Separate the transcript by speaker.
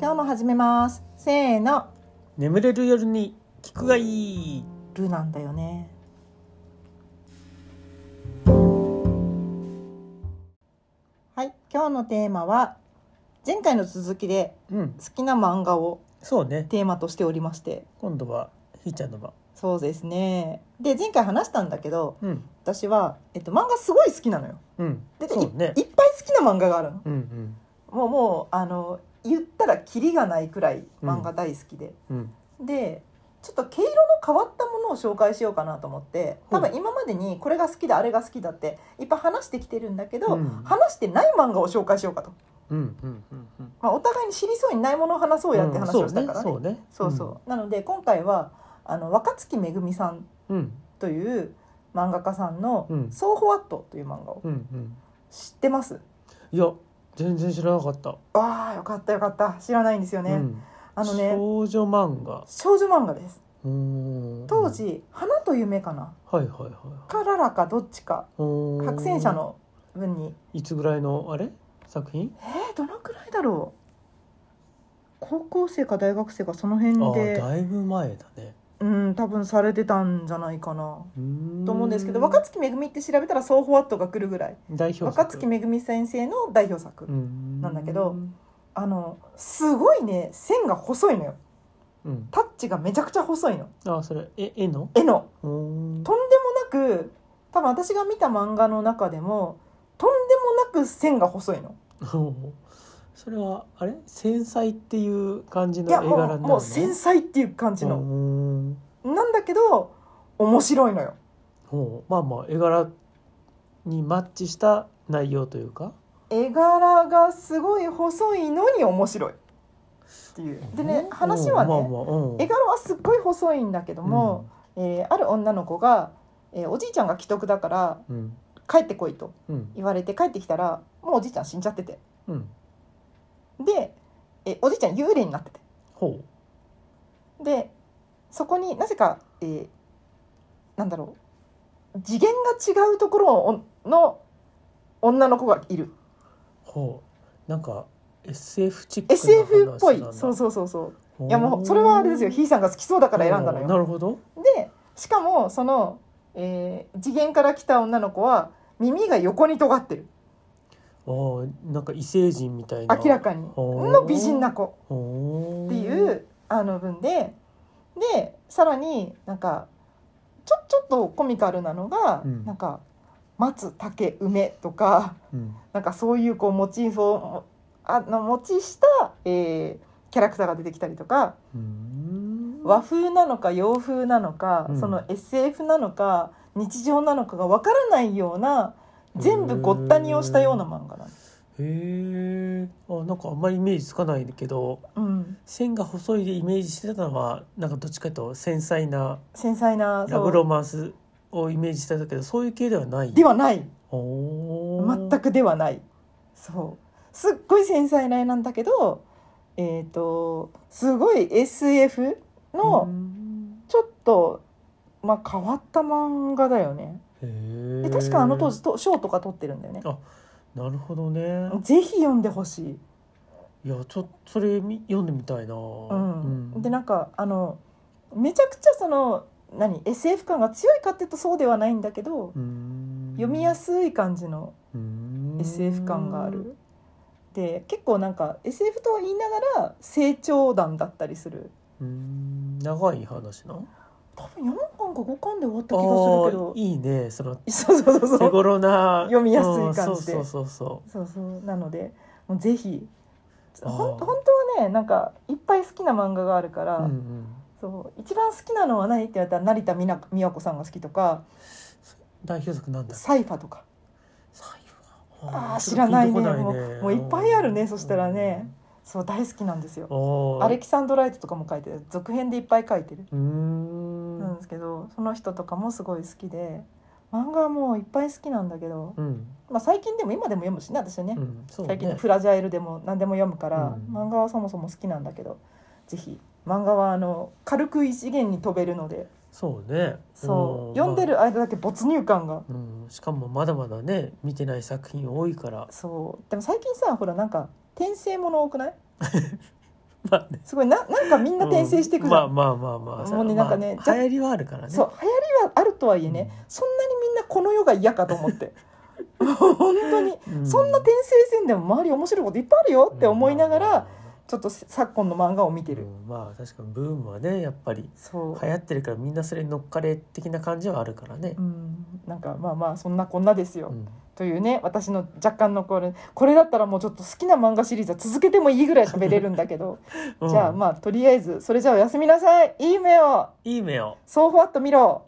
Speaker 1: 今日も始めますせーの
Speaker 2: 眠れる夜に聞くがいい
Speaker 1: ルなんだよねはい今日のテーマは前回の続きで
Speaker 2: うん
Speaker 1: 好きな漫画を
Speaker 2: そうね
Speaker 1: テーマとしておりまして
Speaker 2: 今度はひーちゃんの番
Speaker 1: そうですねで前回話したんだけど
Speaker 2: うん
Speaker 1: 私は、えっと、漫画すごい好きなのよ
Speaker 2: うん
Speaker 1: で
Speaker 2: そうね
Speaker 1: いいっぱい好きな漫画があるの
Speaker 2: うんうん
Speaker 1: もうもうあの言ったらキリがないくらい漫画大好きで、
Speaker 2: うん
Speaker 1: でちょっと毛色の変わったものを紹介しようかなと思って多分今までにこれが好きだあれが好きだっていっぱい話してきてるんだけど、
Speaker 2: うん
Speaker 1: 話してない漫画を紹介しようかと、
Speaker 2: うんうんうんうん
Speaker 1: まあ、お互いに知りそうにないものを話そうやって話をしたからね,、
Speaker 2: そうね
Speaker 1: そうそうなので今回はあの若月めぐみさん
Speaker 2: うんうん
Speaker 1: という漫画家さんの
Speaker 2: う
Speaker 1: 「
Speaker 2: ん
Speaker 1: ソーホワット」という漫画を
Speaker 2: うんうん
Speaker 1: 知ってます、
Speaker 2: いや全然知らなかった
Speaker 1: あーよかったよかった知らないんですよね、
Speaker 2: うん
Speaker 1: あのね
Speaker 2: 少女漫画
Speaker 1: 少女漫画です
Speaker 2: うーん
Speaker 1: 当時「花と夢」かな
Speaker 2: はいはいはい
Speaker 1: かララかどっちか
Speaker 2: うーん
Speaker 1: 白戦車の文に
Speaker 2: いつぐらいのあれ作品
Speaker 1: えー、どのくらいだろう高校生か大学生かその辺
Speaker 2: あー
Speaker 1: で
Speaker 2: だいぶ前だね
Speaker 1: うん多分されてたんじゃないかな
Speaker 2: と
Speaker 1: と思
Speaker 2: 思
Speaker 1: うんですけど若月めぐみって調べたらソーフォワットが来るぐらい
Speaker 2: 代表作
Speaker 1: 若月めぐみ先生の代表作、
Speaker 2: うん
Speaker 1: なんだけどあのすごいね線が細いのよ
Speaker 2: うん
Speaker 1: タッチがめちゃくちゃ細いの
Speaker 2: あそれえ絵の
Speaker 1: 絵の
Speaker 2: うーん
Speaker 1: とんでもなく多分私が見た漫画の中でもとんでもなく線が細いの
Speaker 2: それはあれ繊細っていう感じの
Speaker 1: い
Speaker 2: 絵
Speaker 1: や
Speaker 2: 柄に
Speaker 1: も
Speaker 2: なる
Speaker 1: う
Speaker 2: の
Speaker 1: もう繊細っていう感じ
Speaker 2: う
Speaker 1: の、
Speaker 2: ーん
Speaker 1: なんだけど面白いのよ
Speaker 2: ほうまあまあ絵柄にマッチした内容というか
Speaker 1: 絵柄がすごい細いのに面白いっていうでね
Speaker 2: うん
Speaker 1: 話はね、
Speaker 2: うんまあまあうん
Speaker 1: 絵柄はすっごい細いんだけども、えーある女の子が、えーおじいちゃんが既得だから
Speaker 2: うん
Speaker 1: 帰ってこいと
Speaker 2: うん
Speaker 1: 言われて帰ってきたらもうおじいちゃん死んじゃってて
Speaker 2: うん
Speaker 1: で、えーおじいちゃん幽霊になってて
Speaker 2: ほ
Speaker 1: でそこになぜか、えーなんだろう次元が違うところをの女の子がいる
Speaker 2: うほうなんか SF チックな
Speaker 1: SF っぽいそう
Speaker 2: う
Speaker 1: そうそうそういやもうそれはあれですよひいさんが好きそうだから選んだの
Speaker 2: な
Speaker 1: よ。
Speaker 2: るほど
Speaker 1: でしかもその、えー次元から来た女の子は耳が横に尖ってる
Speaker 2: あーなんか異星人みたいな
Speaker 1: 明らかに
Speaker 2: ほう
Speaker 1: の美人な子
Speaker 2: ほ
Speaker 1: っていうあの文ででさらになんかちょちょっとコミカルなのが、
Speaker 2: うん
Speaker 1: なんか松竹梅とか
Speaker 2: うん
Speaker 1: なんかそういうこうモチーフをあの持ちした、えーキャラクターが出てきたりとか
Speaker 2: うーん
Speaker 1: 和風なのか洋風なのか、
Speaker 2: うん
Speaker 1: その SF なのか日常なのかがわからないような全部ごったにをしたような漫画なんです。
Speaker 2: へえあなんかあんまりイメージつかないけど
Speaker 1: うん、
Speaker 2: 線が細いでイメージしてたのはなんかどっちかというと繊細な
Speaker 1: 繊細な
Speaker 2: ラ
Speaker 1: そ
Speaker 2: ブロ
Speaker 1: う
Speaker 2: マンスをイメージしてたけどそういう系ではない
Speaker 1: ではない
Speaker 2: おー
Speaker 1: 全くではないそうすっごい繊細な絵なんだけどえっ、とすごい SF
Speaker 2: うー
Speaker 1: の
Speaker 2: ん
Speaker 1: ちょっと、まあ、変わった漫画だよね。
Speaker 2: へ
Speaker 1: で
Speaker 2: え
Speaker 1: 確かあの当時と賞とか取ってるんだよね
Speaker 2: あ。なるほどね
Speaker 1: ぜひ読んでほしい。
Speaker 2: いやちょっとそれみ読んでみたいなう
Speaker 1: うん、でなんかあのめちゃくちゃその何 SF 感が強いかっていうとそうではないんだけど、読みや
Speaker 2: す
Speaker 1: すい感じの SF 感がある。で結構なんか SF とは言いながら成長談だったりする
Speaker 2: うーん長い話な
Speaker 1: 多分4巻か5巻で終わった気がするけ
Speaker 2: あー
Speaker 1: ど
Speaker 2: いいねその
Speaker 1: そうそうそうそ
Speaker 2: 手
Speaker 1: う
Speaker 2: 頃な
Speaker 1: 読みやすい
Speaker 2: うん
Speaker 1: 感じで
Speaker 2: そうそうそうそ
Speaker 1: そうそうなのでもうぜひ
Speaker 2: あー
Speaker 1: ほん本当はねなんかいっぱい好きな漫画があるから、
Speaker 2: う、うんうん、
Speaker 1: そう一番好きなのは何って言われたら成田みな美和子さんが好きとか
Speaker 2: 代表作なんだ
Speaker 1: サイファとか
Speaker 2: 財布
Speaker 1: あー
Speaker 2: は
Speaker 1: 知らないね
Speaker 2: ちょっとピンとこ
Speaker 1: もうもういっぱいあるねそしたらねそう大好きなんですよ
Speaker 2: うん
Speaker 1: アレキサンドライトとかも書いてる続編でいっぱい書いてる
Speaker 2: うーん
Speaker 1: なんですけどその人とかもすごい好きで漫画はもういっぱい好きなんだけど、
Speaker 2: うん
Speaker 1: まあ、最近でも今でも読むしね私はね、
Speaker 2: うんそうね
Speaker 1: 最近の「フラジャイル」でも何でも読むから、
Speaker 2: うん
Speaker 1: 漫画はそもそも好きなんだけどぜひ漫画はあの軽く異次元に飛べるので
Speaker 2: そうね
Speaker 1: そうう読んでる間だけ没入感が
Speaker 2: まあうんしかもまだまだね見てない作品多いから
Speaker 1: そうでも最近さほらなんか転生もの多くない
Speaker 2: まあね
Speaker 1: すごいななんかみんな転生してくる、
Speaker 2: うんまあまあまあまあ
Speaker 1: もうねなんかね
Speaker 2: ま
Speaker 1: じ
Speaker 2: あ
Speaker 1: ゃ
Speaker 2: 流行りはあるからね
Speaker 1: そう流行りはあるとはいえね、
Speaker 2: うん
Speaker 1: そんなにみんなこの世が嫌かと思って 本当に
Speaker 2: う
Speaker 1: そんな転生戦でも周り面白いこといっぱいあるよって思いながらちょっと昨今の漫画を見てる、
Speaker 2: うんまあ確かにブームはねやっぱり
Speaker 1: そう、
Speaker 2: 流行ってるからみんなそれに乗っかれ的な感じはあるからね
Speaker 1: う、ん、なんかまあまあそんなこんなですよ、
Speaker 2: うん
Speaker 1: というね私の若干のこれこれだったらもうちょっと好きな漫画シリーズは続けてもいいぐらい喋れるんだけど、じゃあ
Speaker 2: うん
Speaker 1: まあとりあえずそれじゃあおやすみなさいいい目を
Speaker 2: いい目を
Speaker 1: そうふわっと見ろ